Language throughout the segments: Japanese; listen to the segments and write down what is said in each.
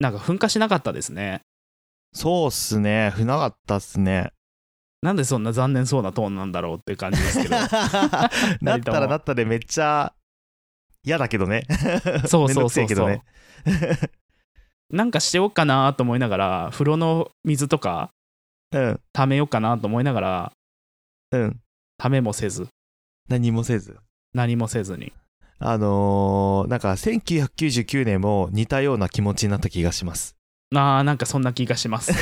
なんか噴火しなかったですね。そうっすね。ふなかったっすね。なんでそんな残念そうなトーンなんだろうっていう感じ ですけど。なったらなったでめっちゃ嫌だけどね。そうめん どそうそくせえうけそどう、ね。 なんかしようかなと思いながら、風呂の水とかうん。溜めようかなと思いながら、うん。溜めもせず、何もせず。何もせずに。あのー、なんか1999年も似たような気持ちになった気が します。あーなんかそんな気がし ます。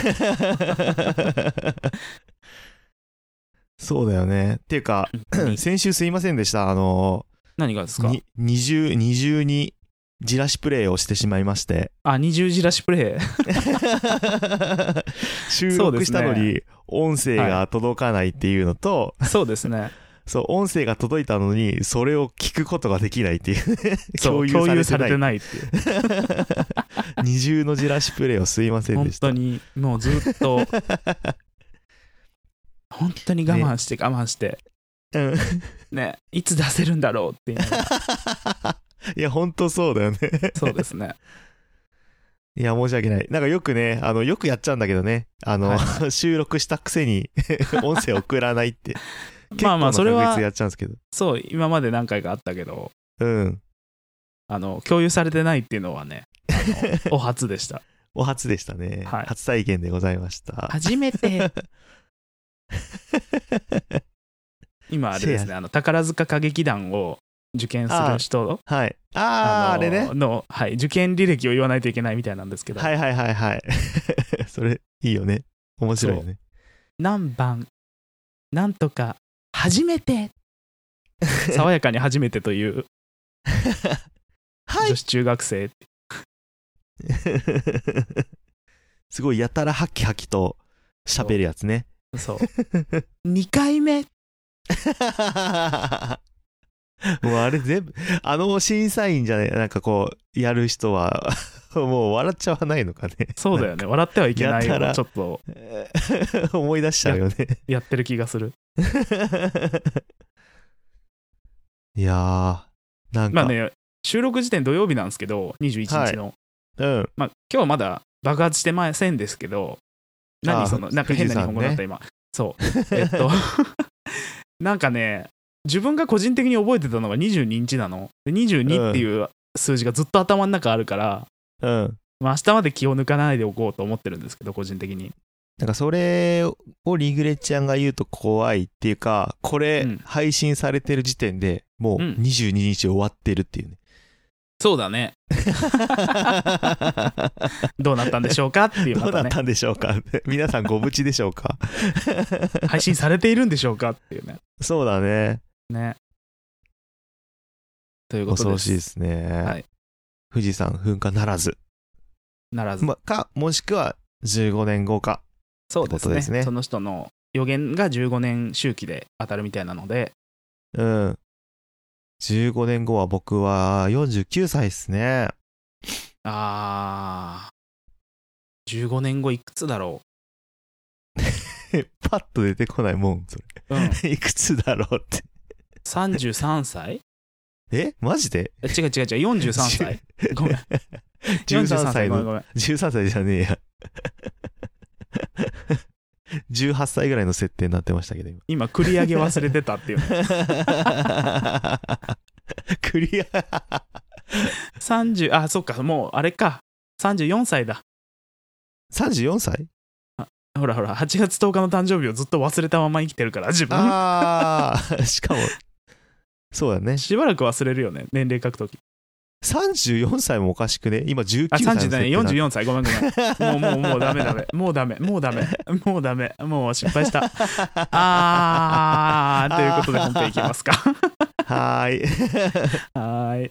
そうだよね。っていうか、何先週すいませんでした。あの何がですーかに二重、二重にじらしプレイをしてしまいまして。あ、二重じらしプレイ。 収そうです録しねたのに音声が届かないっていうのと、そうですね。そう音声が届いたのにそれを聞くことができないっていうそ共う有共有さされれててなないっていう。い 二重のじらしプレイをすいません本でした当に、もうずっ と、本当に我慢して我慢して、うん ね、いつ出せるんだろうって言いながらいや本当そうだよねそうですね。いや申し訳ないなんかよくねあのよくやっちゃうんだけどねあの、はい 収録したくせに 音声送らないってまあまあ、それ 結構な確率は、でやっちゃうんですけどそう、今まで何回かあったけど、うんあの、共有されてないっていうのは ね、あのお初でした。お初でしたね、はい初体験でございました初めて。 今、あれですせね、あの、宝塚歌劇団を受験する人 はいああのあれねの、はい、受験履歴を言わないといけないみたいなんですけど、はいはいはいはい。 それ、いいよね。面白いよね。何番、なんとか、初め て、爽やかに初めてというは女子中学生、 すごい、やたらハキハキと喋るや つね。 そう、2回目、もうあれ全部、あの審査員じゃね、なんかこう、やる人は、 もう笑っちゃわない のかね。そうだよね、笑ってはいけないやたをらちょっとなんか思い出しちゃうよね。やってる気がする。 いやー、なんか、まあね、収録時点土曜日なんですけど、21日の。うん。まあ、今日まだ爆発してませんですけど、あ何ーその、なんか変な日本語だった、今。そう。えっと、 なんかね、自分が個人的に覚えてたのが22日なの。で22っていう数字がずっと頭の中あるから、うん。まあ、明日まで気を抜かないでおこうと思ってるんですけど、個人的に。なんかそれをリグレちゃんが言うと怖いっていうか、これうん配信されてる時点でもううん22日終わってるって いうね。そうだね。どうなったんでしょうかっていう、どまうだたっね、たんでしょうか 皆さんご無事でしょうか配信されているんでしょうかっていうね。そうだね。ね。ということです。恐ろしいですね。はい富士山噴火ならず。ならず。ま、か、もしくは15年後か。そうですねってことですねその人の予言が15年周期で当たるみたいなのでうん。15年後は僕は49歳ですね。 あー15年後いくつだろパッと出てこないもん、それ。う、 うん、いくつだろうって。 33歳えマジでえ違う違う違う43歳 ごめん13歳ごめんのごめん13歳じゃねえや 18歳ぐらいの設定になってましたけど今 今繰り上げ忘れてたっていうね クリア30あそっかもうあれか34歳だ34歳ほらほら8月10日の誕生日をずっと忘れたまま生きてるから自分ああ しかもそうだねしばらく忘れるよね年齢書くとき34歳もおかしくね今19あ歳の30設だね定なん44歳ごめんごめんもうもうもうダメ ダメもうダメもうダメもうダメもう失敗したあーということで本編いきますかはーいはーい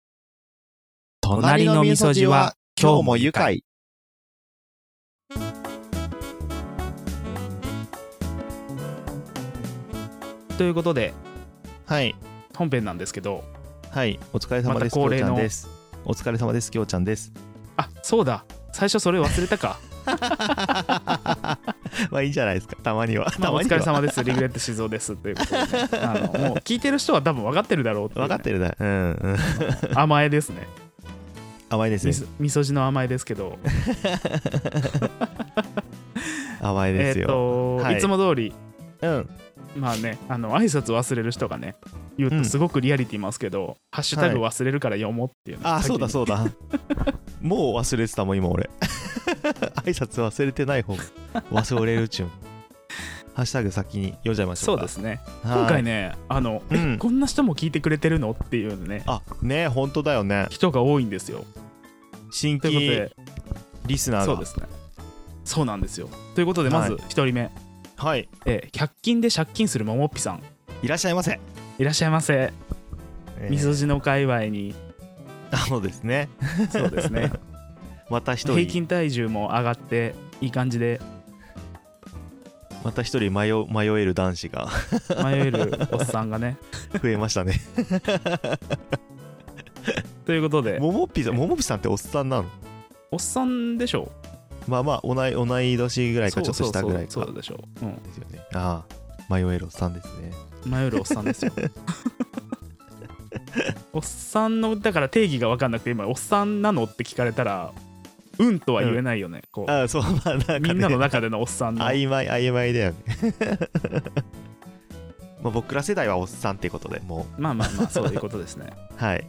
隣の味噌汁は今日も愉快ということではい本編なんですけどはいお疲れ様です、また恒きょう例ちゃのんですお疲れ様ですきょうちゃんです あそうだ最初それ忘れた かまあいいんじゃないですかたまにはまたあ、おまに疲はれ様ですリグレット静雄ですということで、 ね、あのもう 聞いてる人は多分分かってるだろうっていうね分かってるだうんうん甘えですね甘いですみねそみそじの甘えですけど、甘いえですっよ、と、はいいつも通り、うんまあね、あの挨拶忘れる人がね、言ううとんすごくリアリティますけど、ハッシュタグは忘れるから読もうっていう、ねあそうだう。そうだもう忘れてたもん今俺 挨拶忘れてない方忘れるちゅんハッシュタグ先に読んじゃいましょそううかですね。す今回ね、あの、えうんこんな人も聞いてくれてるのっていうね、あね本当だよね人が多いんですよ。新という規ことで、リスナーがそうですね。そうなんですよ。ということで、まずはい1人目、はいえー100均で借金するももっぴさん、いらっしゃいませ、いらっしゃいませ。えーみそじの界隈に、そうですねそうですね。 また一人平均体重も上がっていい感じでまた一人迷う迷える男子が 迷えるおっさんがね増えましたねということでももっぴさんももっぴさんっておっさんなのおっさんでしょまあまあ同い同い年ぐらういかちょっと下ぐらいかそうそうそうそうでしょう、うんですよねああ迷えるおっさんですね迷えるおっさんですよおっさんのだから定義が分かんなくて今おっさんなのって聞かれたらうんとは言えないよね、こうああそうまあなんか、ね、みんなの中でのおっさんの曖昧曖昧だよね まあ僕ら世代はおっさんってことでもまあまあまあそういうことですね、 うはい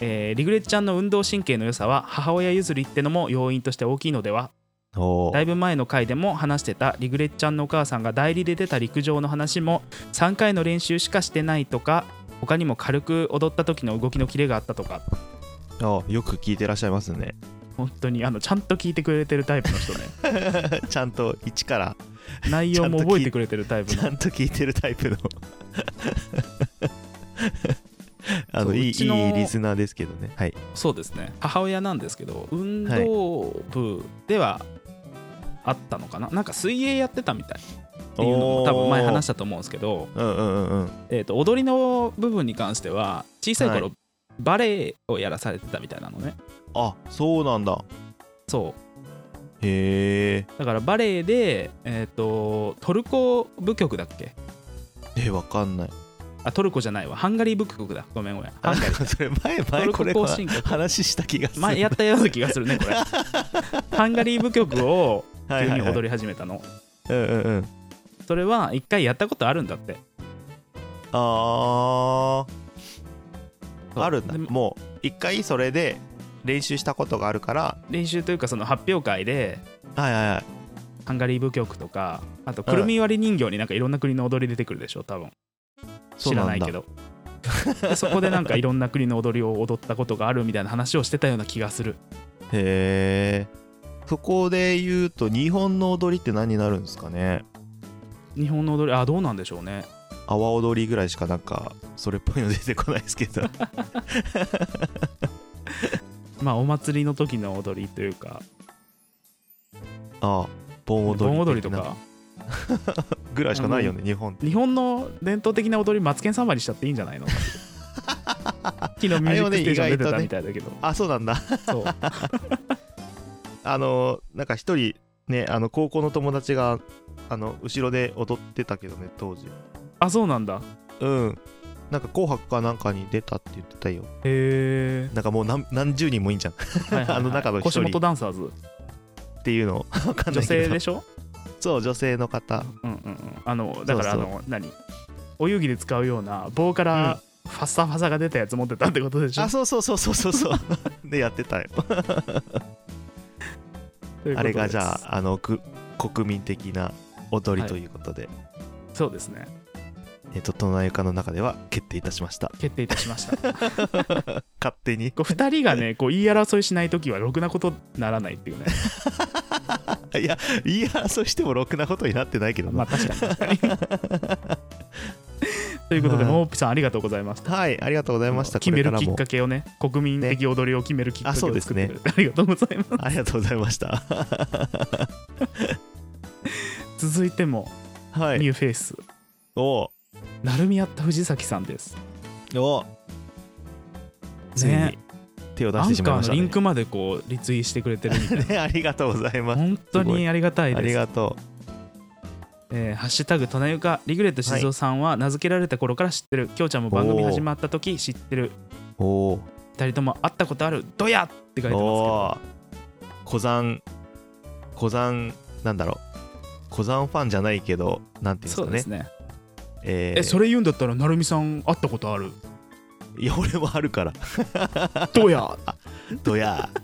えーリグレッチちゃんの運動神経の良さは母親譲りってのも要因として大きいのではおだーいぶ前の回でも話してたリグレッちゃんのお母さんが代理で出た陸上の話も3回の練習しかしてないとか他にも軽く踊った時の動きのキレがあったとかあーよく聞いてらっしゃいますね 本当にあのちゃんと聞いてくれてるタイプの人ねちゃんと一から内容も覚えてくれてるタイプちゃのんと聞いてるタ イプのあそのういいうちのいいリスナーですけどねはいそうですね母親なんですけど運動部ではあったのかな、なんか水泳やってたみたいっていうのも多分前話ししたと思うんですけど、たうんうんうんうんえー、と踊りの部分に関しては小さい頃、はバレエをやらされてたみたいなのねあそうなんだそうへだからバレエで、えー、とトルコ舞曲だっけええわかんないあトルコじゃないわハンガリー舞曲だごめんごめんハンあガリー それ前ト前ルこコれ行は進曲話した気がする前やったような気がするねこ れハンガリー舞曲をは急いはいにはい踊り始めたの、うんうんうんそれは一回やったことあるんだってあそうああるんだでもう一回それで練習したことがあるから練習というかその発表会ではいはいはいハンガリー舞曲とかあとうんくるみ割り人形になんかいろんな国の踊り出てくるでしょ多分そ知うならんだないけどでそこでなんかいろんな国の踊りを踊ったことがあるみたいな話をしてたような気がするへえそこで言うと日本の踊りって何になるんですかね日本の踊りあどうなんでしょうね阿波踊りぐらいしかなんかそれっぽいの出てこないですけ どまあお祭りの時の踊りというかああ盆踊り盆踊りとかぐらいしかないよね日本日本の伝統的な踊りマツケンサンバにしちゃっていいんじゃ ないの昨日ミュージックステーション出てたみたいだけど、あそうなんだ そうあのなんか一人ねあの高校の友達があの後ろで踊ってたけどね当時あそうなんだうんなんか「紅白」かなんかに出たって言ってたよへえ、なんかもう何何十人もいいんじゃん はいはいはいあの中の一腰人元ダンサーズっていうのわかん女ないけ性どでしょそう女性の方うんうんうんあのだからあそうのそう何お遊戯で使うような棒からファッサファサが出たやつ持ってたってことでしょ、あそうそうそうそうそうそう でやってたよというこあとれですがじゃああのく国民的な踊りということで、そうですねえっと隣床の中では決定いたしました決定いたしましたこ勝手に う2人がねこう言い争いしない時はろくなことならないって いうねいや言い争いしてもろくなことになってないけどまあな、確かに確かに。ということで、まあモーピさんありがとうございました。はいありがとうございました決めるこきれからっもかけをね、国民的踊りを決めるきっかけあそうをです作ってねくれて、ありがとうございまありがとうございました す。続いても、はニいューフェイス、おなるみやった藤崎さんです。おおついねに手を出アしてンしまいカまーしのたねリンクまでこう、リツイしてくれてるみ たいな。 ねありがとうございます本当すごいにありがたいありです。がとえーハッシュタグ、となゆか、リグレット静雄さんは名付けられた頃から知ってる。きょうちゃんも番組始まった時知ってる。うおお2人とも会ったことある「ドヤ!」って書いてますけおどー小山小山なんだろう小山ファンじゃないけどなんていうんですそうですかねねえーえそれ言うんだったら成美さん会ったことあるいや俺もあるから 「ドヤ!」ドヤー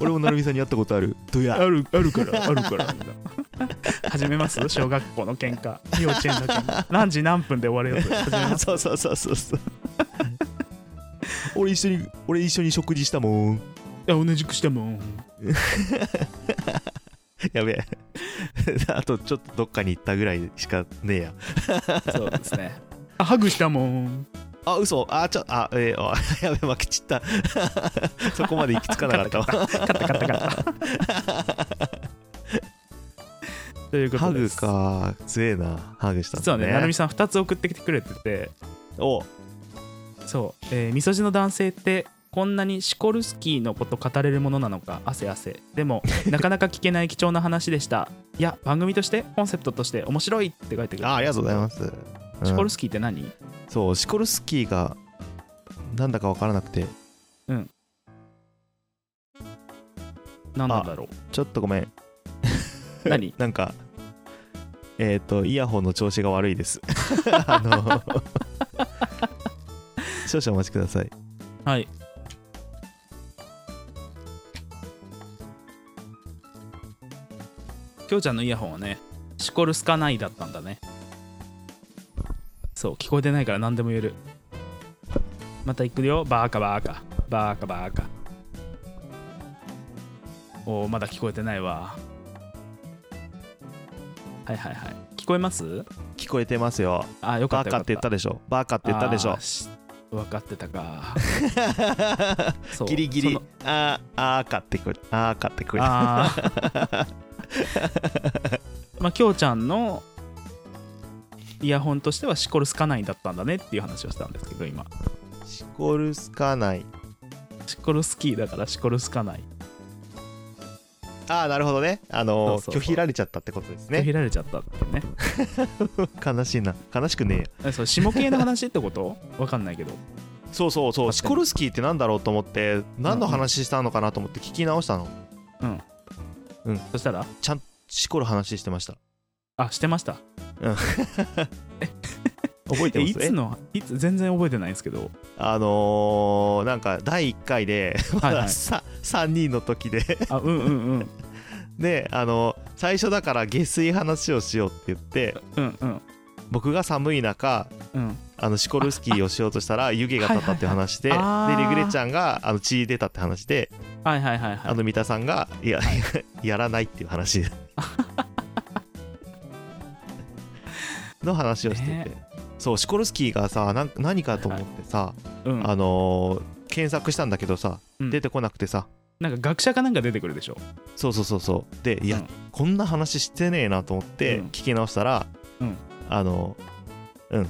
俺も成美さんに会ったことあるドヤーあるあるからあるから みんな始めます小学校の喧嘩幼稚園の喧嘩何時何分で終わるよと始めますそうそうそうそうそう俺一緒に俺一緒に食事したもん いや同じくしてもんやべえ あとちょっとどっかに行ったぐらいしかねえやそうですねあハグしたもんあ嘘あちょあえー、あやべえ負けちった そこまで行き着かなかったわカタカタ カタということハでグすか強えなハグしたん実だはねね、なるみさん2つ送ってきてくれてて、おそう、えー、みそじの男性って、こんなにシコルスキーのこと語れるものなのか、汗汗。で も、なかなか聞けない貴重な話でした。いや、番組として、コンセプトとして面白いって書いてくる。あありがとうございます、うんシコルスキーって何そうシコルスキーがなんだか分からなくて何なんだろちょっとごめんう何なんかえっ、とイヤホンの調子が悪いです あの少々お待ちくださいはい。きょうちゃんのイヤホンはね、シコルスカナイだったんだね。そう、聞こえてないから何でも言える。また行くよ、バーカバーカ、バーカバーカ。おー、まだ聞こえてないわ。はいはいはい。聞こえます聞こえてますよあ、よかバったよカかって言ったっでしょバカって言ったでしょょ。分かってた か。そうギリギそリのあーあーかってくるあーかってくるあ ーまあきょうちゃんのイヤホンとしてはシコルスカナインだったんだねっていう話をしたんですけど今シコルスカナイシコルスキーだからシコルスカナインああなるほどねあのーそうそうそう拒否られちゃったってことです拒ね否られちゃったってね悲しいな悲しくねえよえそう下系の話ってことわかんないけどそうそうそうシコルスキーってなんだろうと思って何のうんうん話したのかなと思って聞き直したのそしたらシコる話してましたあしてました覚えてえますいつのいつ全然覚えてないんですけどえあのー、なんか第1回で、 はいはいさ3人の時で あうんうんうんであのー最初だから下水話をしようって言ってうんうん僕が寒い中うんあのシコルスキーをしようとしたら湯気が立ったっていう話で、はいはいはいあーでリグレちゃんがあの血出たって話で、はいはいはいはあいの三田さんがいや やらないっていう話 の話をしてて、ねそうシコルスキーがさなん何かと思ってさ、うんあのー検索したんだけどさ、うん出てこなくてさなんか学者かなんか出てくるでしょそうそうそうそうでいや、うんこんな話してねえなと思ってうん聞き直したら、うんあのうん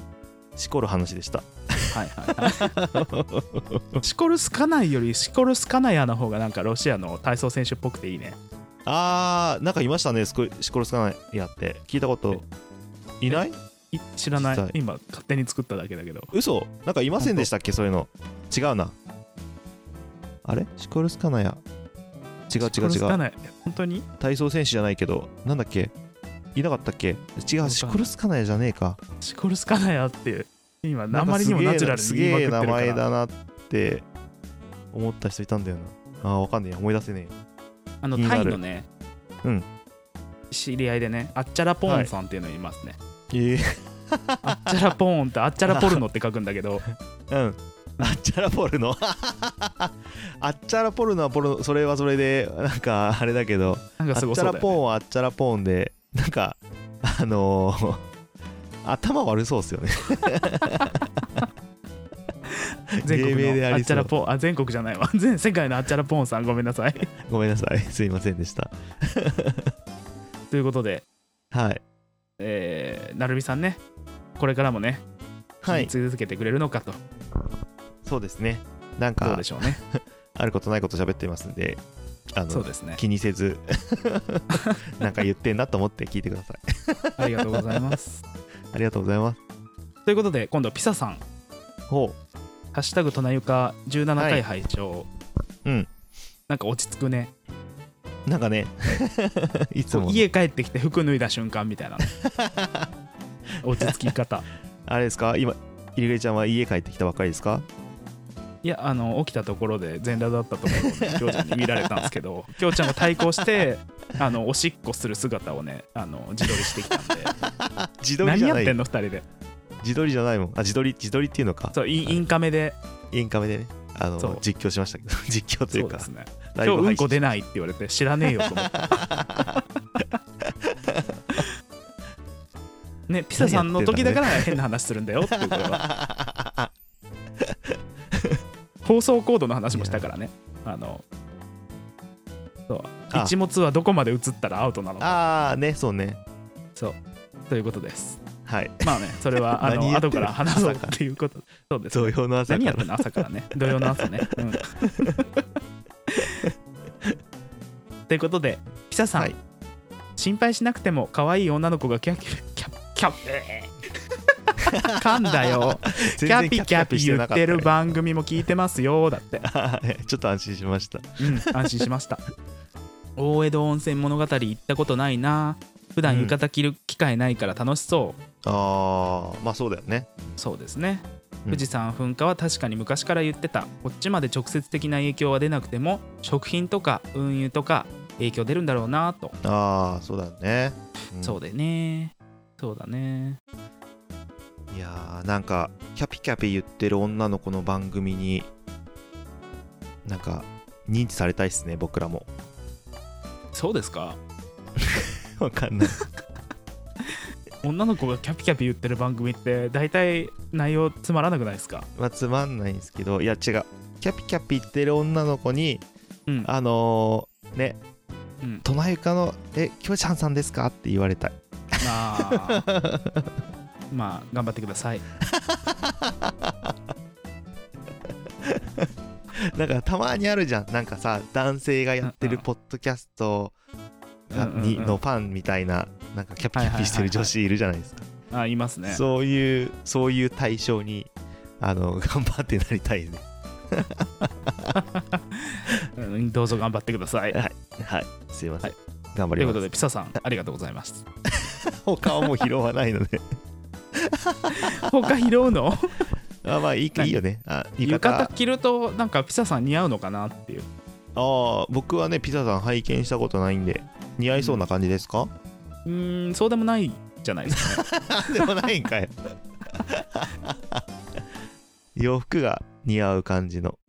しこる話でしたはいはいはいシコルスカナイよりシコルスカナヤの方がなんかロシアの体操選手っぽくていいね。あーなんかいましたねスコシコルスカナやって聞いたこといないい知らない実際。今勝手に作っただけだけど。嘘なんかいませんでしたっけそういうの違うなあれシコルスカナやシ違う違コうルスカ違うナヤ本当に体操選手じゃないけどなんだっけいなかったっけ違うシコルスカナやじゃねえかシコルスカナヤって今なあんかますりげにえもナチュラルにす言いまげくっえてるか名前らだなって思った人いたんだよなあーわかんねえや思い出せねあの気になタるイのね、うん知り合いでねあっちゃらポーンさんっていうのいますね、ええあっちゃらポーンってあっちゃらポルノって書くんだけ どー、うんあっちゃらポルノ あっちゃらポルノはポルノそれはそれでなんかあれだけどなんかあすっごちそゃうだよねらポーンはあっちゃらポーンでなんかあのー頭悪そうっすよね 全国芸名でのあありそうっちゃらポーンあ全国じゃないわ全世界のあっちゃらポーンさんごめんなさいごめんなさいすいませんでしたということではいえー、なるみさんね、これからもね、は聞いき続けてくれるのかと、そうですねなんどうかでしょう ね。あることないこと喋ってますんであそうのです ね。気に せずなんか言ってんなと思って聞いてくださいありがとうございます。ありがとうございますということで、今度、ピサさん、ほハッシュタグとなゆか17回拝聴、うんなんか落ち着くねなんかね いつも家帰ってきて服脱いだ瞬間み たいな落ち着き方あれですか今入江ちゃんは家帰ってきたばっかりですかいやあの起きたところで全裸だったところをねきょうちゃんに見られたんですけどきょうちゃんが対抗 してあのおしっこする姿をねあの自撮りしてきたん で自撮り何じゃやっなてんいの2人で自撮りじゃないもんあ自撮り自撮りっていうのかそうインインカメでインカメでねあのそう実況しましたけど 実況といそううかですねライ今ブ日うん配信こ出ないって言われて知らねえよと思ってねピサさんの時だから変な話するんだよっていうこれは放送コードの話もしたからねあのそうあ一物はどこまで映ったらアウトなのか ああねそうねそうということですはいまあねそれはあ何の言って後るから話すっていうことそうです同様の朝何やかっらてんの朝からね 土曜の朝ね うんということでピサさん、はい心配しなくても可愛い女の子がキャキャ キャキャえ ー噛んだよキャ全然ピキャピして言なっかたねてる番組も聞いてますよだって、 はいちょっと安心しましたうん、安心しました大江戸温泉物語行ったことないな普段浴衣着る機会ないから楽しそう、あーまあそうだよねそうですねうん富士山噴火は確かに昔から言ってたこっちまで直接的な影響は出なくても食品とか運輸とか影響出るんだろうなと、ああそうだよね、うんそうだよねそうだねいやーなんかキャピキャピ言ってる女の子の番組になんか認知されたいっすね僕らも そうですかわ かんない女の子がキャピキャピ言ってる番組って大体内容つまらなくないですかまあつまんないんですけどいや違うキャピキャピ言ってる女の子にうんあのー、ねうん「ナユカのえきょちゃんさんですか?」って言われたい まあまあ頑張ってくださいなんかたまにあるじゃんなんかさ男性がやってるポッドキャストがうんうんうんにのファンみたいななんかキャピキャピしてる女子いるじゃないですかあいますねそういうそういう対象にあの 頑張ってなりたいねうんどうぞ頑張ってくださいはいはいすいません、は頑張とりいうまことすでピサさんありがとうございます他はもう拾わないので 他拾うのあまあいいいいよねあ浴浴衣衣着るとなんかピサさん似合うのかなっていうああ僕はねピザさん拝見したことないんで似合いそうな感じですか、うーんそうでもないじゃない ですかでもないんかい 洋服が似合う感じの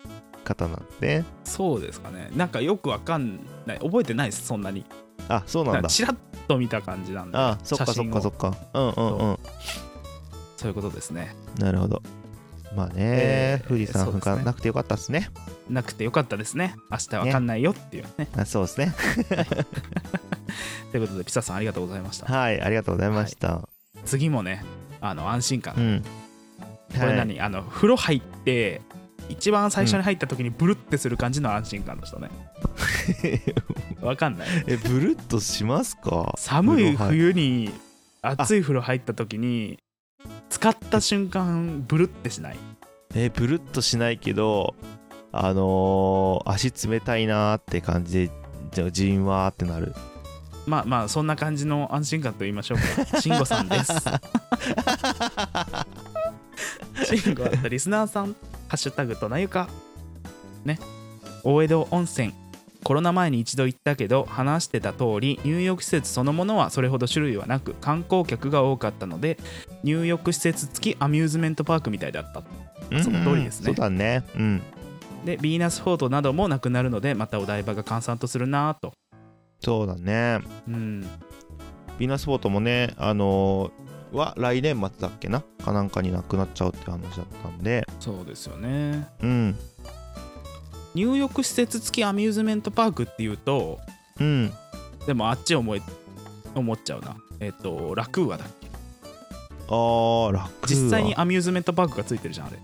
方なんでねそうですかねなんかよくわかんない覚えてないですそんなにあそうなんだチラッと見た感じなんであそっか写そっ真をかそっかうんうんうんそういうことですねなるほどまあね、えー富士山そう噴ですね火なくてよかったっすねなくてよかったですね明日わかんないよっていうねあそうですねということでピサさんありがとうございま したはいありがとうございました、次もねあの安心感、うんこれはい何あの風呂入って一番最初に入った時にブルってする感じの安心感でしたねわ、か んないえブルッとしますか寒い風冬呂入に暑い風呂入った時に使った瞬間ブルってしないえブルッとしないけどあのー、足冷たいなーって感じでじゃじんわーってなるまあまあそんな感じの安心感と言いましょうか。慎吾さんです。慎吾あったリスナーさん、ハッシュタグとなゆか。ね。大江戸温泉。コロナ前に一度行ったけど話してた通り入浴施設そのものはそれほど種類はなく観光客が多かったので入浴施設付きアミューズメントパークみたいだったその通りですねうんうんそうだねうんでヴィーナスフォートなどもなくなるのでまたお台場が閑散とするなぁとそうだねうんヴィーナスフォートもねあのーは来年末だっけなかなんかになくなっちゃうって話だったんでそうですよねうん入浴施設付きアミューズメントパークっていうとうんでもあっち思い思っちゃうなえっ、とラクーアだっけあーラクーア実際にアミューズメントパークがついてるじゃんあれ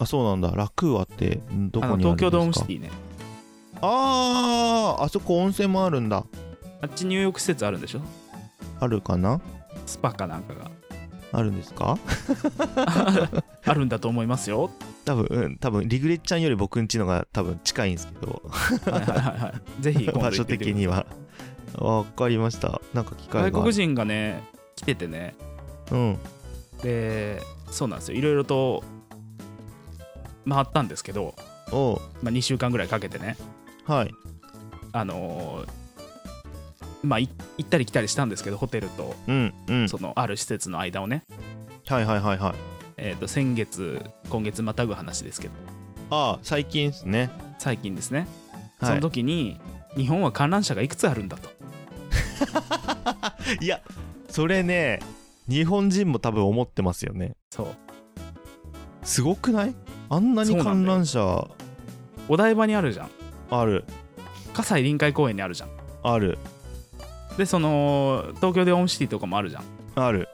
あそうなんだラクーアってんどこあにあるのんですか東京ドームシティねあーあそこ温泉もあるんだあっち入浴施設あるんでしょあるかなスパかなんかがあるんですか あるんだと思いますよ多分、うん、多分リグレッちゃんより僕んちのが多分近いんですけど、はいはいはいはいぜひ今度行場って所みてください的には。わかりました。なんか機会があ外る国人がね来ててねうん。でそうなんですよいろいろと回ったんですけど、おうまあ、2週間ぐらいかけてねはい。あのーまあい行ったり来たりしたんですけどホテルとうん。うん。そのある施設の間をね、はいはいはいはい。えー、と先月今月またぐ話ですけどああ、最近ですね。最近ですねそはの時に、日本は観覧車がいくつあるんだとい、いや、それね、日本人も多分思ってますよね。そうすごくないあんなそにうなんだよ観覧車お台場にあるじゃんある、葛西臨海公園にあるじゃんある、でその東京でオームシティとかもあるじゃんある。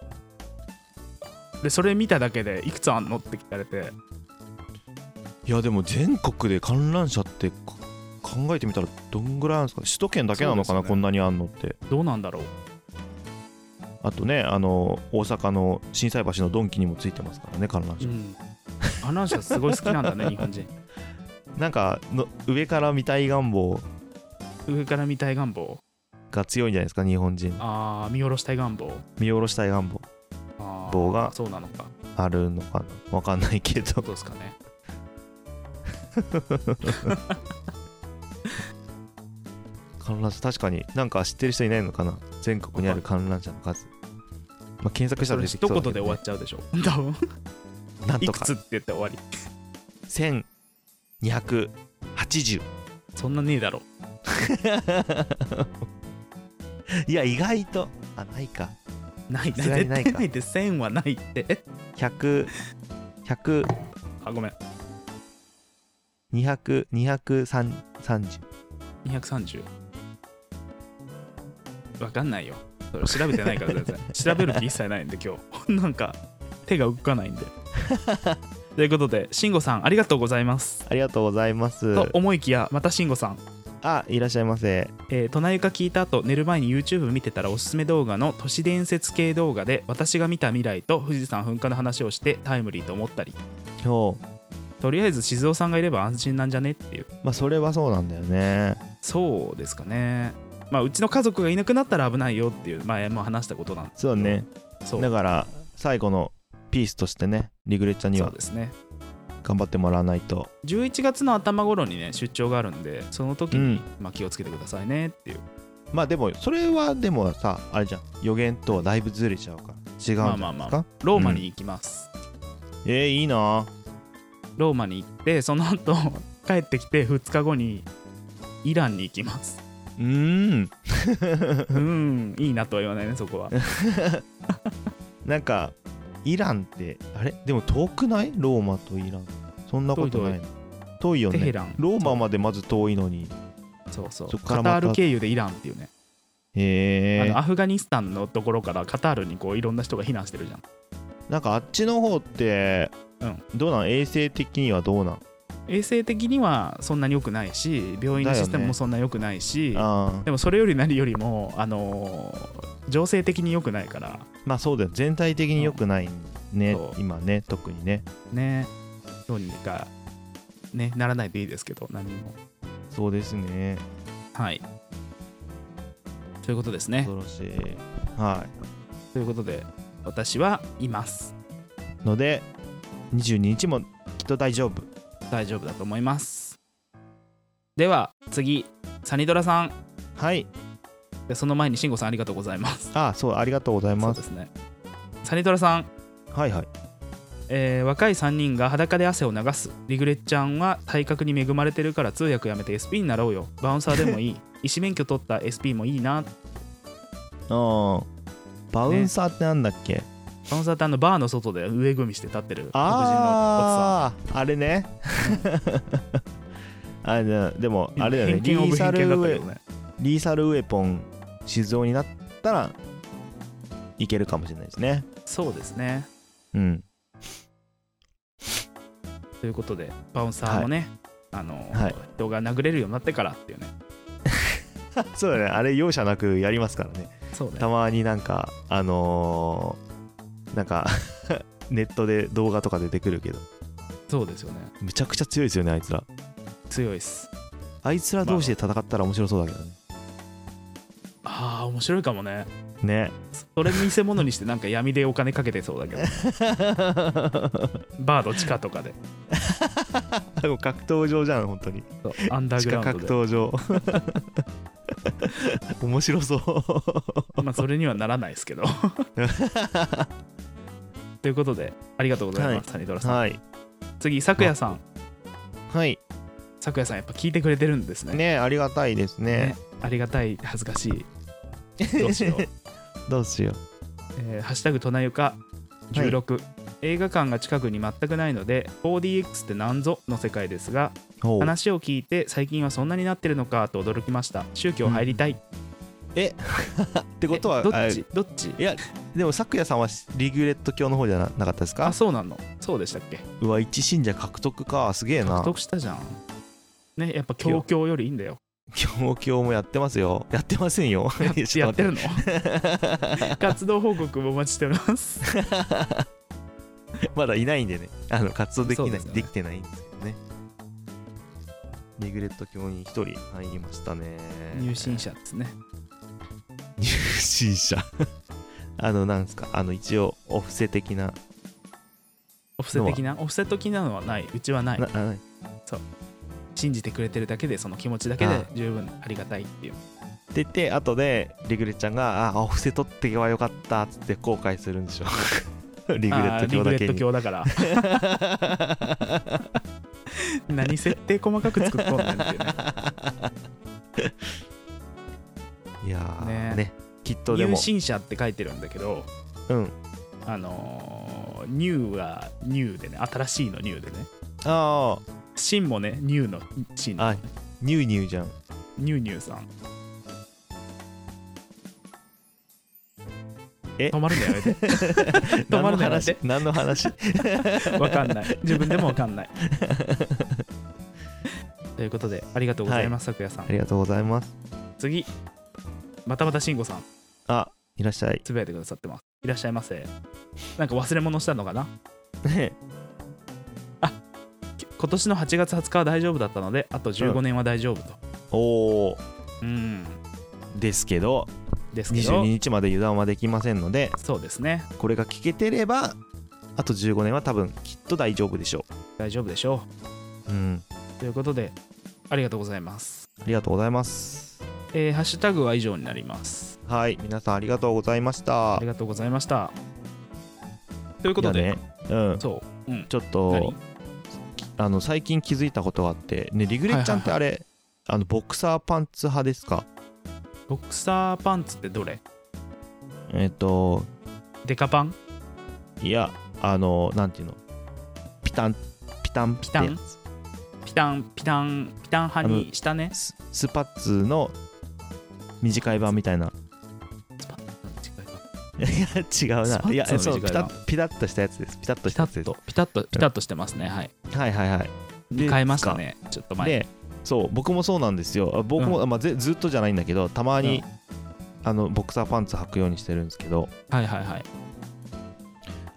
でそれ見ただけでいくつあんのって聞かれていや、でも全国で観覧車ってか考えてみたらどんぐらいあるんですか首都圏だけなのかそうな、ですねこんなにあんのって。どうなんだろうあとね、あの、大阪の心斎橋のドンキにもついてますからね、観覧車。うん、アナウンサーすごい好きなんだ ね日本人なんかの、上から見たい願望上から見たい願望が強いんじゃないですか、日本人。あー見下ろしたい願望見下ろしたい願望あー棒がそうなの かあるのかなわかんないけどど う。ですかね観覧車確かになんか知ってる人いないのかな全国にある観覧車の数、まあ、検索したそられ出てき一そうだ言けで終どねわっちゃうでしょ多分なんいとくかつって言って終わり1280そんなねえだろ いや意外とあないかないさないすがに絶ない対かないって1000はないってあごめん100200200230 230わかんないよそれ調べてないから全 然調べる気一切ないんで今日 なんか手が動かないんで ということで慎吾さんありがとうございますありがとうございますと思いきやまた慎吾さんあいらっしゃいませえー、隣床聞いた後寝る前に YouTube 見てたらおすすめ動画の都市伝説系動画で私が見た未来と富士山噴火の話をしてタイムリーと思ったり今日とりあえず静雄さんがいれば安心なんじゃねっていうまあそれはそうなんだよねそうですかねまあうちの家族がいなくなったら危ないよっていう前も話したことなんでそうねそうだから最後のピースとしてねリグレッチャーにそうはですね頑張ってもらわないと11月の頭頃にね出張があるんでその時うに、んまあ、気をつけてくださいねっていうまあでもそれはでもさあれじゃん予言とはだいぶずれちゃうから違うんじゃないですか、まあまあまローマに行きます、えー、いいなローマに行ってその後 帰ってきて2日後にイランに行きます うーんうーん、いいなとは言わないね、そこは。なんかイランってあれでも遠くないローマとイランそんなことないの遠いよテヘねラン。ローマまでまず遠いのにそうそうそっカからまたタール経由でイランっていうね、へあのえアフガニスタンのところからカタールにこういろんな人が避難してるじゃん。なんかあっちの方って、うんどうなん衛生的にはどうなん衛生的にはそんなに良くないし、病院のシステムもそんな良くないし、あーでもそれより何よりも、あのー情勢的に良くないから、まあそうだよ全体的に良くないね、そう今ね特にねね、どうにか、ね、ならないでいいですけど、何も。そうですねはい。ということですね。恐ろしいはいということで、私はいます。ので22日もきっと大丈夫大丈夫だと思いますでは次サニドラさんはいでその前に慎吾さんありがとうございますあそうありがとうございそうまですすねサニドラさん、はいはいえー若い3人が裸で汗を流すリグレッちゃんは体格に恵まれてるから通訳やめて SP になろうよバウンサーでもいい医師免許取った SP もいいなあバウンサーってなんだっけ、バウンサーってあのバーの外で上組みして立ってる黒人のおっさんあああれね あじゃあでもあれだよねリ偏見オーブサ偏ル見だウったけェどねリーサルウェポン静雄になったらいけるかもしれないですねそうですねうんということでバウンサーもね、あのはい人が殴れるようになってからっていうねそうだねあれ容赦なくやりますからねそうねたまになんかあ のーなんかネットで動画とか出てくるけどそうですよねめちゃくちゃ強いですよねあいつら強いっすあいつら同士で戦ったら面白そうだけどね、ああ面白いかもねねそれ見せ物にしてなんか闇でお金かけてそう だけどバード地下とかでもう格闘場じゃん本当にそうアンダー地グラ下ウン格ドで、闘 場面白そうまあ、それにはならないですけどということでありがとうございます、サニドラさん、はい次さくやさんはいさくやさんやっぱ聞いてくれてるんですねねありがたいですねねありがたい恥ずかしいどうしよう、どうしよえーハッシュタグとなゆか16、映画館が近くに全くないので 4DX って何ぞの世界ですがうほう話を聞いて最近はそんなになってるのかと驚きました宗教入りたい、っっててことはどあっちどっちいやでも咲夜さんはリギュレット教の方じゃななかったですあかそうなのそうでしたっけうわ一信者獲得かすげえな獲得したじゃんねやっぱ教教よりいいんだよ教教もやってますよやってませんよ やっ ちょやっとてる待の 活動報告もお待ちしております まだいないんでねあの活動できないそうでですよねきてないんですけどねリグレット教に一人入りましたね入信者ですね入信者あのなんですかあの一応お布施的なオフセ的なオフセ的なのはないうちはないなあない信じてくれてるだけでその気持ちだけあであ十分ありがたいっていうって言って後でリグレちゃんが「あお布施取ってけばよかった」っつって後悔するんで しょリグレあーットリ教グレッだけトに教だから 何設定細かく作っとんねんっていうねいやーねねきっとで入も信者って書いてるんだけどうんあのー、ニューはニューでね新しいのニューでねあシンもねニューのシンああニューニューじゃんニューニューさんえ止まるのやめて 止まる何ののやめて話 何の話わかん ない自分でもわかんないということでありがとうございますさくやさんありがとうございます次またまたしんごさんあいらっ しゃいつぶやいてくださってますいらっしゃいませなんか忘れ物したのかなき今年の8月20日は大丈夫だったのであと15年は大丈夫とおおうんですけどですけ22ど日まで油断はできませんのでそうですねこれが聞けてればあと15年は多分きっと大丈夫でしょ大丈夫でしょううんうということでありがとうございますありがとうございますえーハッシュタグは以上になりますはい皆さんありがとうございましたありがとうございましたということいで、やねうんそううんちょっ何とあの最近気づいたことがあってねリグレちゃんってあれ、あのボクサーパンツ派ですかボクサーパンツってどれえっ、とデカパンいやあのなんていうのピタンピタンってピタンピタンピタンピタン派にしたねススパッツの短い版みたいないや違うスパなッツの短い版いやそうピタッピタッとしたやつですピタッとピしタたやつッですとピタッとピタッとしてますねはいはいはいはいで変えましたねちょっと前でそう僕もそうなんですよあ僕も、まあ、ぜずっとじゃないんだけどたまに、あのボクサーパンツ履くようにしてるんですけどはいはいはい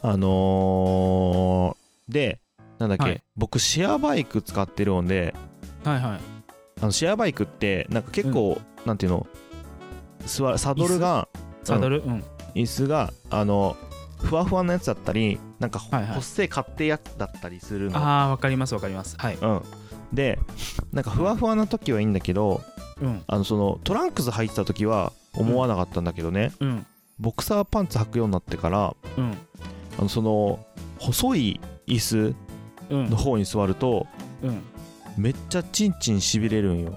あのーでなんだっけ、はい僕シェアバイク使ってるんではいはいあのシェアバイクってなんか結構、なんていうの座サドルがサドルうん椅子があのふわふわなやつだったりなんかほ、はいはい細い買ってやつだったりするの、ああわかりますわかりますはいうん、でなんかふわふわな時はいいんだけどうんあのそのトランクス履いてた時は思わなかったんだけどね、うんボクサーパンツ履くようになってからうんあのその細い椅子うんの方に座ると、うんめっちゃチンチンしびれるんよ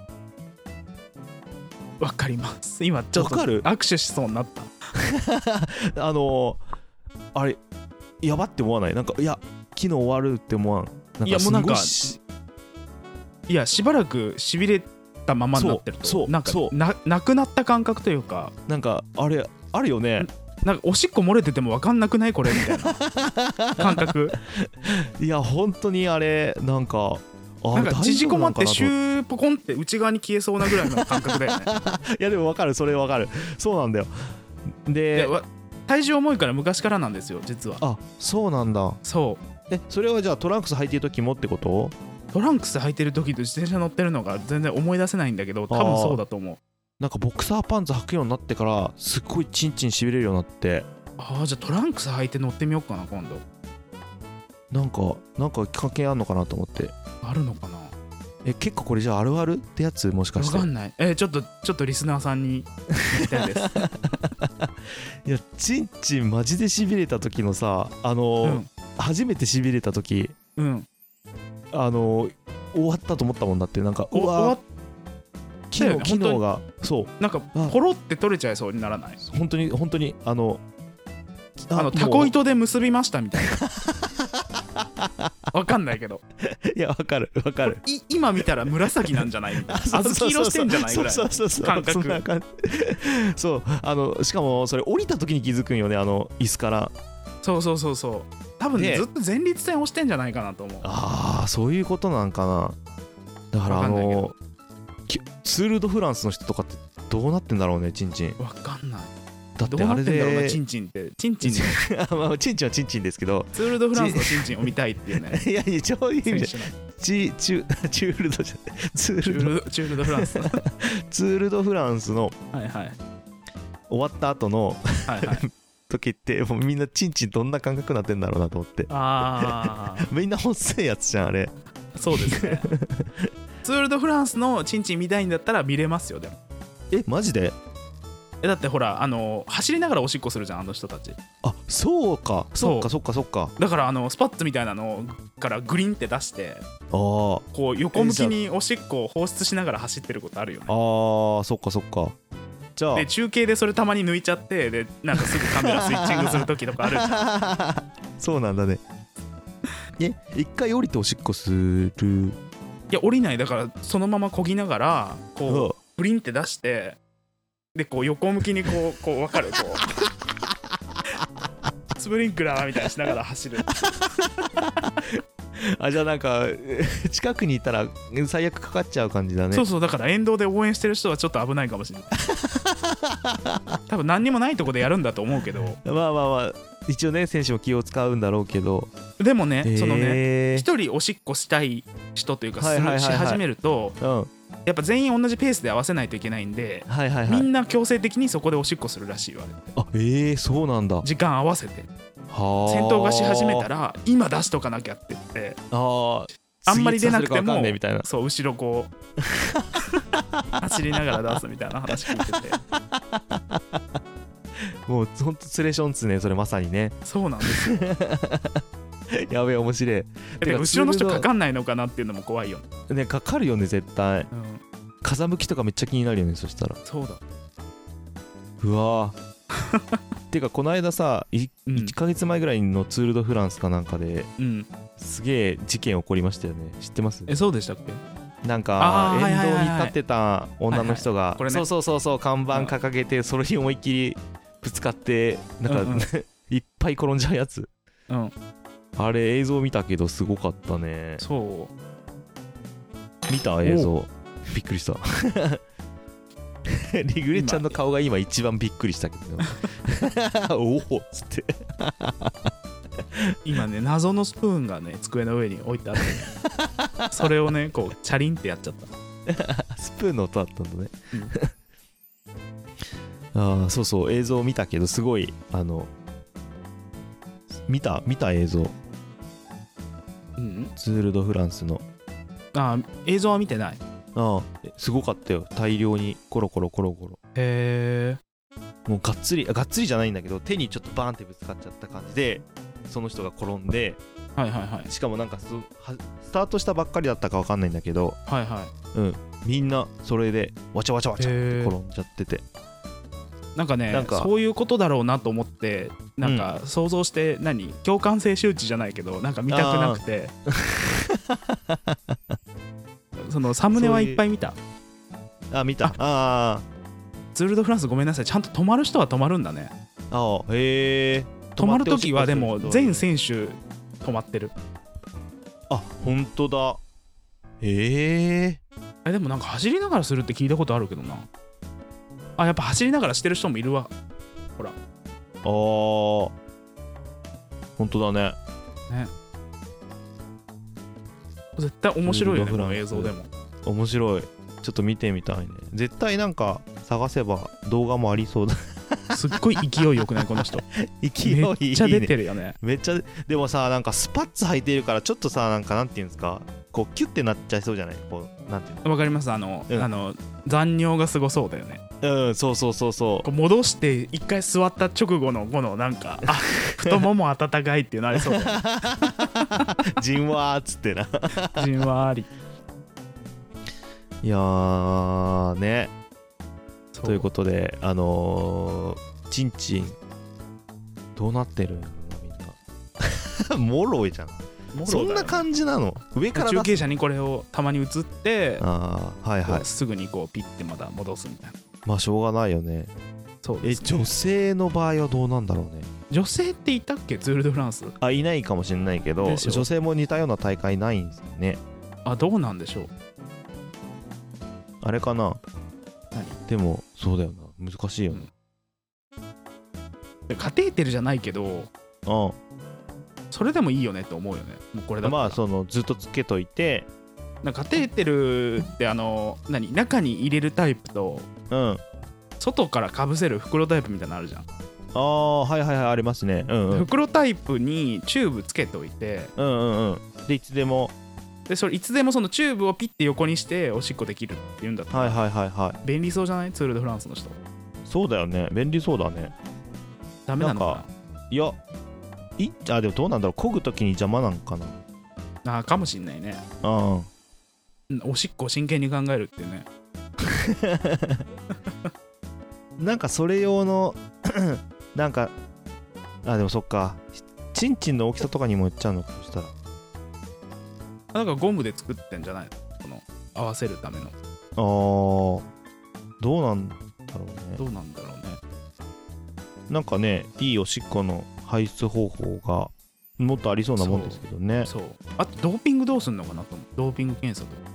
わかります今ちょっとわかる握手しそうになったあのー、あれやばって思わないなんかいや昨日終わるって思わんなんいやもうなんかすごいしいやしばらくしびれたままになってるとそうそうなんかそうななくなった感覚というかなんかあれあるよねなんかおしっこ漏れててもわかんなくないこれみたいな 感覚いや本当にあれなんかあなんか縮こまってシュューポコンって内側に消えそうなぐらいの感覚だ よね いやでもわかるそれわかるそうなんだよいやでわ体重重いから昔からなんですよ実はあそうなんだそうえそれはじゃあトランクス履いてる時もってことトランクス履いてる時と自転車乗ってるのが全然思い出せないんだけど多分そうだと思うなんかボクサーパンツ履くようになってからすっごいチンチンしびれるようになってああじゃあトランクス履いて乗ってみようかな今度なんかなんか関係あんのかなと思ってあるのかなえ結構これじゃああるあるってやつもしかわしてかんないえーちょっとちょっとリスナーさんに聞きたいです いやチンチンマジでしびれた時のさあのうーん初めてしびれた時うんあのー終わったと思ったもんだってなんかおう終わわっ機能本当に機能がそうなんかあポロって取れちゃいそうにならない本当に本当にあのあのタコ糸で結びましたみたいなわかんないけどいやわかるわかるい今見たら紫なんじゃない みたいな小豆色してんじゃないぐらいそうそうそうそう感覚そんな感じそうあのしかもそれ降りた時に気づくんよねあの椅子からそうそうそうそう多分ねでずっと前立腺押してんじゃないかなと思うああそういうことなんかなだからわあかんないけのきツール・ド・フランスの人とかってどうなってんだろうねチンチンわかんないだっどうてあなれってんだろうなでチンチンってチンチンの あ まあチンチンはチンチンですけどツール・ド・フランスのチンチンを見たいっていうね いやいやそういう意選味じ手ゃのチチュ チュールドじゃないツチーュルドールチュール・ド・フラ ンスはいツール・ド・フランスのはいはい終わった後のはい時ってもうみんなチンチンどんな感覚になってんだろうなと思ってああみんな細いやつじゃんあれそうです ねツール・ド・フランスのチンチン見たいんだったら見れますよでもえマジでえだってほらあの走りながらおしっこするじゃんあの人たちあそうかそそうっかそっかそっかだからあのスパッツみたいなのからグリンって出してあーこう横向きにおしっこを放出しながら走ってることあるよねあーそっかそっかじゃで中継でそれたまに抜いちゃってでなんかすぐカメラスイッチングする時とかあるじゃんあ そうな んだねえ一回降りておしっこするいや降りないだからそのままこぎながらうんこうブリンって出してでこう横向きにこうこう分かる こうスプリンクラーみたいにしながら走るあじゃあなんか え近くにいたらえ最悪かかっちゃう感じだねそうそうだから沿道で応援してる人はちょっと危ないかもしれない多分何にもないとこでやるんだと思うけどまあまあまあ一応ね選手も気を使うんだろうけどでもね、そのねえー一人おしっこしたい人というかすはいはいはいはるしい始めるとうんはやっぱ全員同じペースで合わせないといけないんで、いはいはみいんな強制的にそこでおしっこするらしいわあえー、そうなんだは時間合わせてあ戦闘がし始めたらら今出しとかなきゃって言ってあーあんまり出なくて次いつ走るかわかもんねえみたいなそう後ろこう 走りながら出すみたいな話聞いててもうほんとツレションっすねそれまさにね そうなんですやべえ面白いだから後ろの人かかんないのかなっていうのも怖いよね、ねかかるよね絶対うん、風向きとかめっちゃ気になるよねそしたらそうだ、うわー てかこの間さ1うんヶ月前ぐらいのツール・ド・フランスかなんかでうん、すげえ事件起こりましたよね知ってますえそうでしたっけなんあかーはい沿はいはい道はいに立ってた女の人いがこれねそうそうそうそう看板掲げてそれに思いっきりぶつかってなんか、うんうん いっぱい転んじゃうやつうんあれ映像見たけどすごかったねそ見た映像びっくり したリグレちゃんの顔が今一番びっくりしたけど おおっつってう今ね謎のスプーンがね机の上に置いてあって、ね、それをねこうチャリンってやっちゃったスプーンの音だったんだね、ああそうそう映像見たけどすごいあの見た見た映像うんツール・ド・フランスのあ映像は見てないへああえすごかったよ大量にコロコロコロコロえもうがっつりあがっつりじゃないんだけど手にちょっとバーンってぶつかっちゃった感じでその人が転んではいはいはいしかもなんかすはスタートしたばっかりだったかわかんないんだけどはいはいみんなそれでわちゃわちゃわちゃっへてー転んじゃっててなんかねなんかそういうことだろうなと思ってなんか想像して、何共感性周知じゃないけどなんか見たくなくて そのサムネはいっぱい見たあ見たああツール・ド・フランスごめんなさいちゃんと止まる人は止まるんだねーあーへえ止まるときはでも全線選手止まってるあ本当だへええでもなんか走りながらするって聞いたことあるけどなあやっぱ走りながらしてる人もいるわあー本当だねね絶対面白いよねルこのールがフランス映像でも面白いちょっと見てみたいね絶対なんか探せば動画もありそうだすっごい勢いよくないこの人 勢いいい、ね、めっちゃ出てるよねめっちゃでもさなんかスパッツ履いてるからちょっとさなんかなんていうんですかこうキュッてなっちゃいそうじゃないこうなんていうわかりますあの,、うんあの残尿がすごそうだよねのうんそうそうそうそこう戻して一回座った直後のこのなん かあ太もも温かいっていうのありそうだよねうじんわーっつってなじんわり いやーねそということであのー、ちんちんどうなってるんやろなみんな もろいじゃんもろだよそんな感じなの上から中出す継車にこれをたまに移ってああはいはいこうすぐにこうピッてまた戻すみたいなまあしょうがないよねそうえですね女性の場合はどうなんだろうね女性っていたっけツール・ド・フランスあいないかもしれないけどでしょ女性も似たような大会ないんですよねあどうなんでしょうあれかな何でもそうだよな難しいよね、でカテーテルじゃないけどうんそれでもいいよねと思うよねもうこれだったらまあそのずっとつけといてなんかカテーテルってあの何中に入れるタイプとうん外からかぶせる袋タイプみたいなのあるじゃん、ああはいはいはいありますねうん うん袋タイプにチューブつけておいてうんうんうんでいつでもでそれいつでもそのチューブをピッて横にしておしっこできるっていうんだったら、はいはいはいはい便利そうじゃないツール・ド・フランスの人そうだよね便利そうだねダメなのかななんいやいあでもどうなんだろう漕ぐ時に邪魔なんかなあーかもしんないねうんうんおしっこを真剣に考えるっていうねなんかそれ用の なんかあでもそっかちんちんの大きさとかにもよっちゃうのかそしたらあなんかゴムで作ってんじゃないのこの合わせるためのあーどうなんだろうねどうなんだろうねなんかねいいおしっこの排出方法がもっとありそうなもんですけどねそうあとドーピングどうすんのかなと思うドーピング検査とか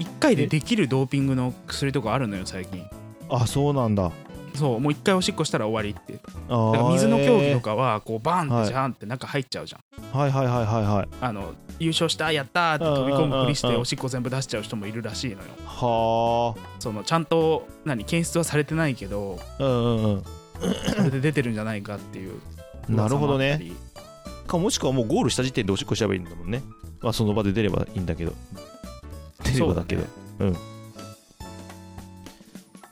1回でできるドーピングの薬とかあるのよ最近あそうなんだそうもう1回おしっこしたら終わりってあだからー水の競技とかはこうバーンっはいてジャーンって中入っちゃうじゃん、はいはいはいはいはいあの優勝したやったーって飛び込うんうんうんうむんふりしておしっこ全部出しちゃう人もいるらしいのよはそのちゃんと何検出はされてないけ どあうんうんうんそれで出てるんじゃないかっていうなるほど噂もあったねりかもしくはもうゴールした時点でおしっこしちゃえばいいんだもんねまあその場で出ればいいんだけど出ればだけどそう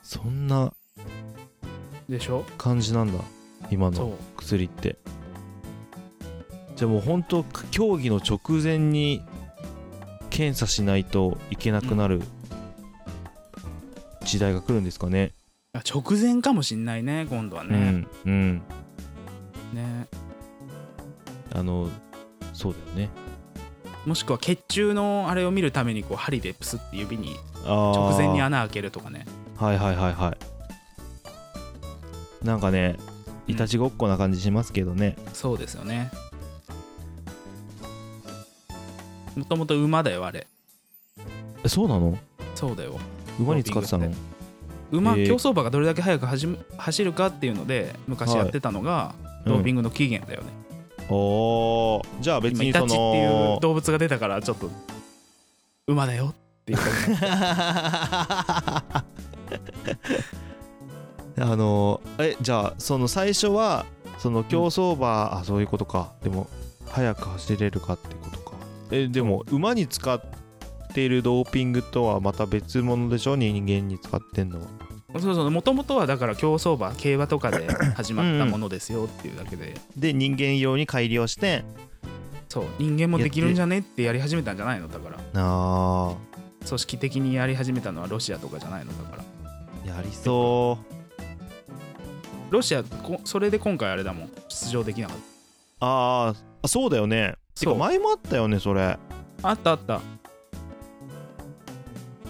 そんなねでしょ感じなんだ今のそう薬ってじゃあもうほんと競技の直前に検査しないといけなくなる時代が来るんですかねあ直前かもしんないね今度はうね、んうんねあのそうだよねもしくは血中のあれを見るためにこう針でプスって指にあー直前に穴開けるとかねはいはいはいはいなんかねいたちごっこな感じしますけどね、そうですよねもともと馬だよあれえそうなのそうだよ馬に使ってたドーのピ馬、えー競走馬がどれだけ速く走走るかっていうので昔やってたのがドーピングの起源だよね、おーじゃあ別今にイタチそっていうの動物が出たからちょっと馬だよっていう感じあ のえじゃあその最初はその競走馬、あそういうことかでも速く走れるかってことかえでも馬に使っているドーピングとはまた別物でしょ人間に使ってんのはそうそうもともとはだから競走馬競馬とか で始まったものですよっていうだけでで人間用に改良してそう人間もできるんじゃねってやり始めたんじゃないのだからあ組織的にやり始めたのはロシアとかじゃないのだからーやりそロシアこそれで今回あれだもん出場できなかっうあーあそうだよねそてかう前もあったよねそれたあったあった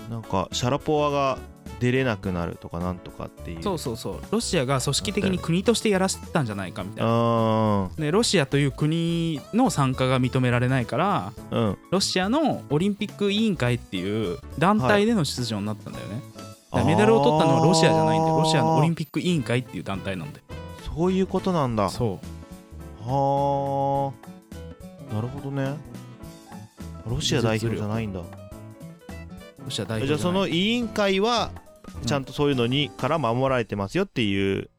なんかシャラポワが出れなくなるとかなんとかっていうそうそうそうロシアが組織的に国としてやらせてたんじゃないかみたいなあでロシアという国の参加が認められないからーうんロシアのオリンピック委員会っていう団体での出場になったんだよね、だからメダルを取ったのはロシアじゃないんでロシアのオリンピピック委員会っていう団体なんでックそういうことなんだはそあなるほどねロシア代表じゃないんだロシア代表じゃあその委員会はちゃんとそういうのにから守られてますよっていう、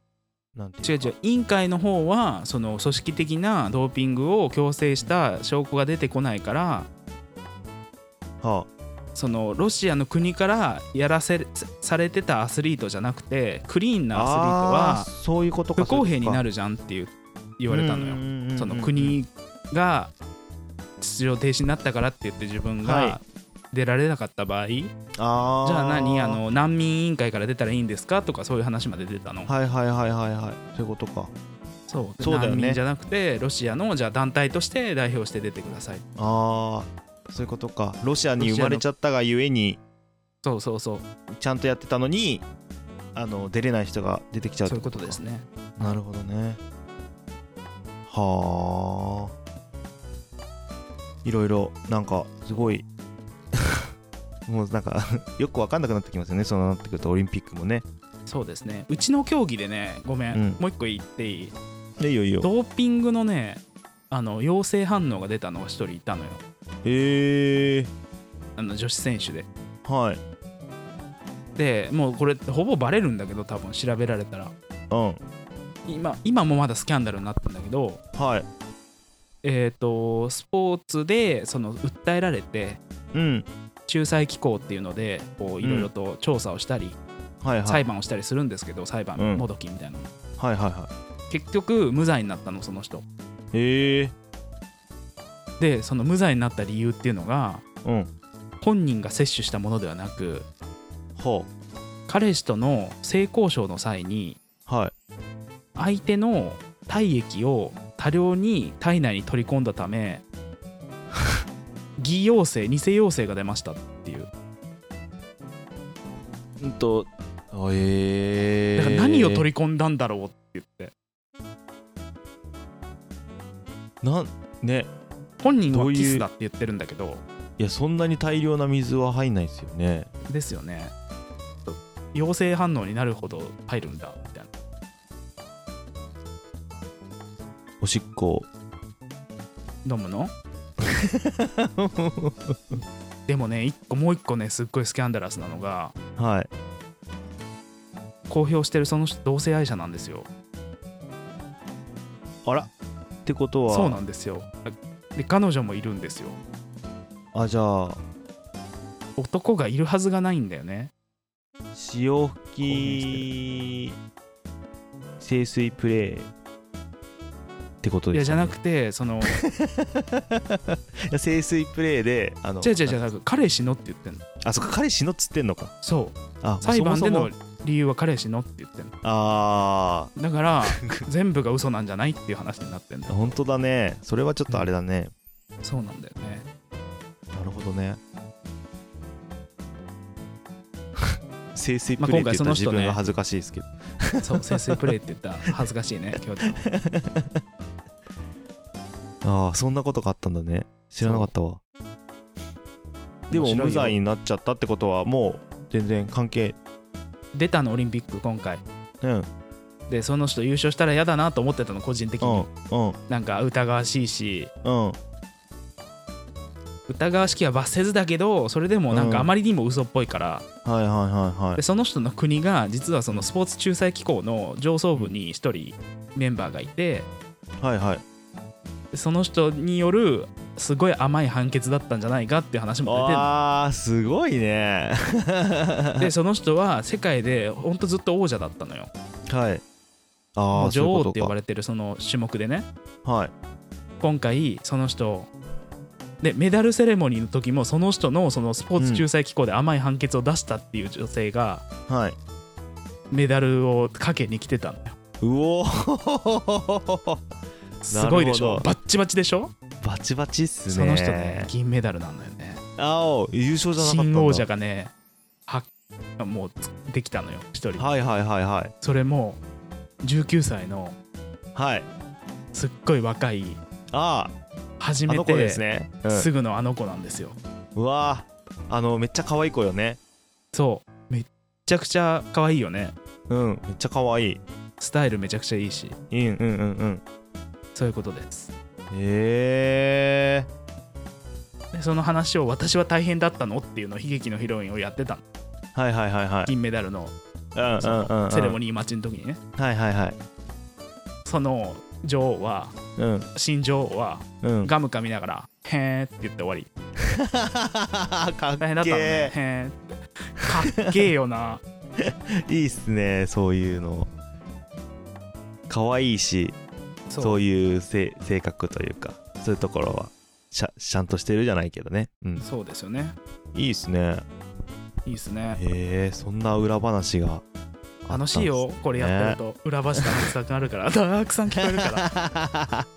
なんて違いううか違う委員会の方はその組織的なドーピングを強制した証拠が出てこないからはそのロシアの国からやらせされてたアスリートじゃなくてクリーンあ、なアあスリートーそういうことかは不公平になるるじゃんっていう言われたのよ。よその国が出場停止になったからって言って自分はが出られなかった場合、じあーゃあ何あの難民委員会から出たらいいんですかとかそういう話まで出たの。はいはいはいはいはいそういうことかそうそうだよ難ね民じゃなくてロシアのじゃあ団体として代表して出てくださいああそういうことかロシアに生まれちゃったがゆえにそうそうそうちゃんとやってたのにあの出れない人が出てきちゃうっそういてうことですねなるほどねはあいろいろなんかすごい もうなんか よくわかんなくなってきますよねそうなってくるとオリンピックもねそうですねうちの競技でねごめん、うんもう一個言っていいいいよいいよドーピングのねあの陽性反応が出たのが一人いたのよへえあの女子選手ではいでもうこれほぼバレるんだけど多分調べられたらうん今今もまだスキャンダルになったんだけどはいえっ、とスポーツでその訴えられてうん仲裁機構っていうのでこういろいろと調査をしたり、はいはい裁判をしたりするんですけど裁う判んもどきみたいな、はいはいは結局無罪になったのその人いへえでその無罪になった理由っていうのがうん本人が摂取したものではなくほ彼氏との性交渉の際にうはい相手の体液を多量に体内に取り込んだため 偽陽性偽陽性が出ましたっていううんとええだから何を取り込んだんだろうって言ってなんね本人どはういうキスだって言ってるんだけどいやそんなに大量な水は入んないですよねですよね陽性反応になるほど入るんだみたいなおしっこ飲む のでもね一個もう一個ねすっごいスキャンダラスなのがはい公表してるその人同性愛者なんですよあらってことはそうなんですよで彼女もいるんですよあじゃあ男がいるはずがないんだよね潮吹き清水プレーってこといやですじかゃなくてそのいや清水プレーであの違う違う違うなんか彼氏のって言ってんのあそっか彼氏のっつってんのかそうあ裁判でそのもそも理由は彼氏のって言ってんのあだから全部が嘘なんじゃないっていう話になってんだあ本当だねそれはちょっとあれだね、そうなんだよねなるほど ね清水まあプレー今って回言っその人ねたら自分が恥ずかしいですけど、そう先生プレイって言ったら恥ずかしい ね今日ああそんなことがあったんだね知らなかったわでも無罪になっちゃったってことはもう全然関係出たのオリンピック今回うんうんでその人優勝したら嫌だなと思ってたの個人的に、うんなんか疑わしいしうん疑わしきは罰せずだけどそれでもなんうんかあまりにも嘘っぽいから、はいはいはいはでいその人の国が実はそのスポーツ仲裁機構の上層部に一人メンバーがいてはいはいでその人によるすごい甘い判決だったんじゃないかっていう話も出てるあーすごいねでその人は世界でほんとずっと王者だったのよはいあもあう女王って呼ばれれてるその種目でねはい今回その人でメダルセレモニーの時もその人のそのスポーツ仲裁機構で甘い判決を出したっていう女性がはいメダルをかけに来てたんだようおーすごいでしなるょほどバッチバチでしょ バチバチっすねその人ね銀メダルなんだよねあお優勝じゃなかったん新だ王者がねはもうつできたのよ一人はいはいはいはいそれも19歳のはいすっごい若いあ初ああめのて子ですね、うんすぐのあの子なんですようわーあのめっちゃ可愛い子よねそうめっちゃくちゃ可愛いよねうんめっちゃ可愛いスタイルめちゃくちゃいいしうんうんうんうんそういうことですへえでその話を私は大変だったのっていうのを悲劇のヒロインをやってたのはいはいはいはい銀メダルのそうんうんうんうんのセレモニー待ちの時にねはいはいはいその女王はうん新女王は うんガム噛みながら「へーって言って終わりか大変だったっけのねえへーかっけえよないいっすねそういうの可愛いしそうそういうせ性格というかそういうところはちゃちゃんとしてるじゃないけどねうんそうですよねいいっすねいいですねへえそんな裏話があったん楽ですしいよこれやってると裏話がたくさんあるからたくさん聞こえる から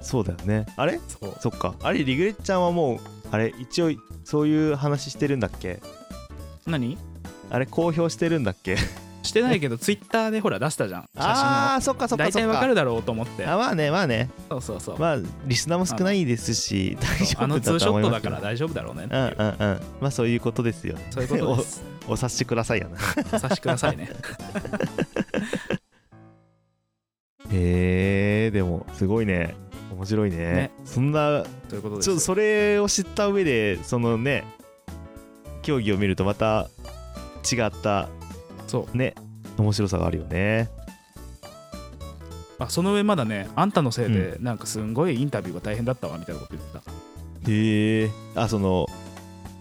そうだよねあれそうそっかあれリグレッちゃんはもうあれ一応そういう話してるんだっけ何あれ公表してるんだっ けしてないけどツイッターでほら出したじゃん写真あーそっかそをっかそっか大体わかるだろうと思ってあまあねまあねそうそうそうまあリスナーも少ないですし大丈あの夫ツーだシとョッ思いトまだすから大丈夫だろうねってういんううんうんまあそういうことですよねそういうことですお察しくださいよなお察しください ねへえでもすごいね面白いねねそんなということでちょっとすそれを知った上でそのね競技を見るとまた違ったそうね面白さがあるよねあその上まだねあんたのせいでなんかすんごいインタビューが大変だったわみたいなこと言ってたへえあその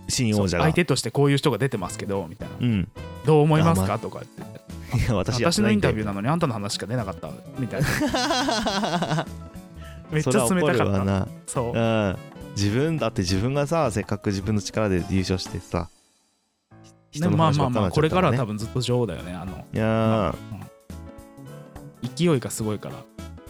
新王者そうが相手としてこういう人が出てますけどみたいなうんいどう思いますあまかとか言ってや私やっ私てのなイいンんでタビューなのにあんたの話しか出なかったみたいなめっちゃ それは冷怒たるかわったなそううん自分だって自分がさせっかく自分の力で優勝してさひでもまあまあばっかまありこれからは多になっち分ゃったねずっと女王だよねあのいやー勢いがすごいから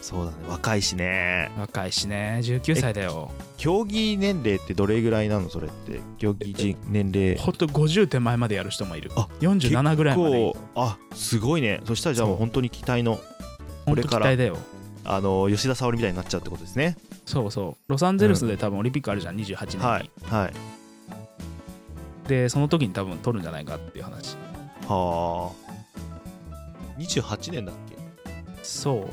そうだね若いしね若いしね19歳だよ競技年齢ってどれぐらいなのそれって競技人年齢ほんと50手前までやる人もいるあ47ぐらいまで結構あすごいねそしたらじゃあもそうう本当に期待のほんとこれ期から待だよあの吉田沙保里みたいになっちゃうってことですねそうそうロサンゼルスで多分オリンピックあるじゃん28年に、はいはいでその時に多分取るんじゃないかっていう話はあ28年だっけそ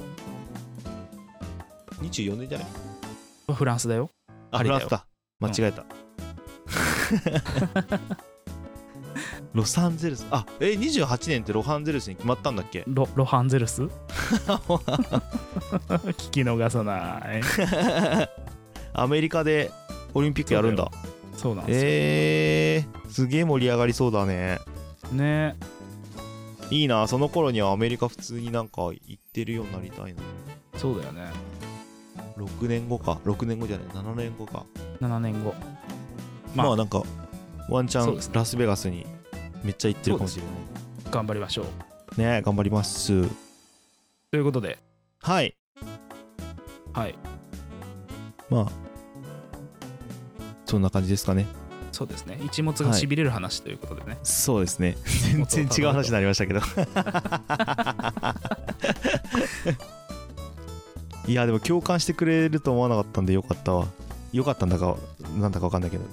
24年じゃないうフランスだよああフりランだよスだ間違え た、ロサンゼルスあえ28年ってロサンゼルスに決まったんだっけロロハンゼル ス聞き逃さないアメリカでオリンピックやるんだそうなんですよ、えー、すげえ盛り上がりそうだねねいいなその頃にはアメリカ普通になんか行ってるようになりたいなそうだよね6年後か6年後じゃない7年後か7年後ままあ、あなんかワンチャそうン、ですねラスベガスにめっちゃ行ってるかもしれない頑張りましょうねえ頑張りますということではいはいまあそんな感じですかねそうですね一物がしびれる話ということでね、そうですね全全然違う話になりました けどいやでも共感してくれると思わなかったんでよかったわよかったんだかなんだかわかんないけど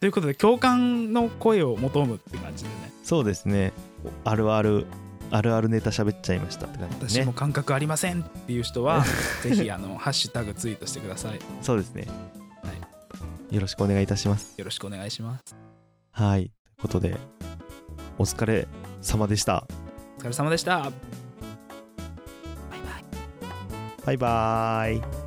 ということで共感の声を求むって感じでねそうですねあるあるあるあるネタ喋っちゃいましたって感じです私ねも感覚ありませんっていう人は、ぜひあのハッシュタグツイートしてくださいそうですね、よろしくお願いいたしますよろしくお願いしますはいということでお疲れ様でしたお疲れ様でしたバイバイバイバーイ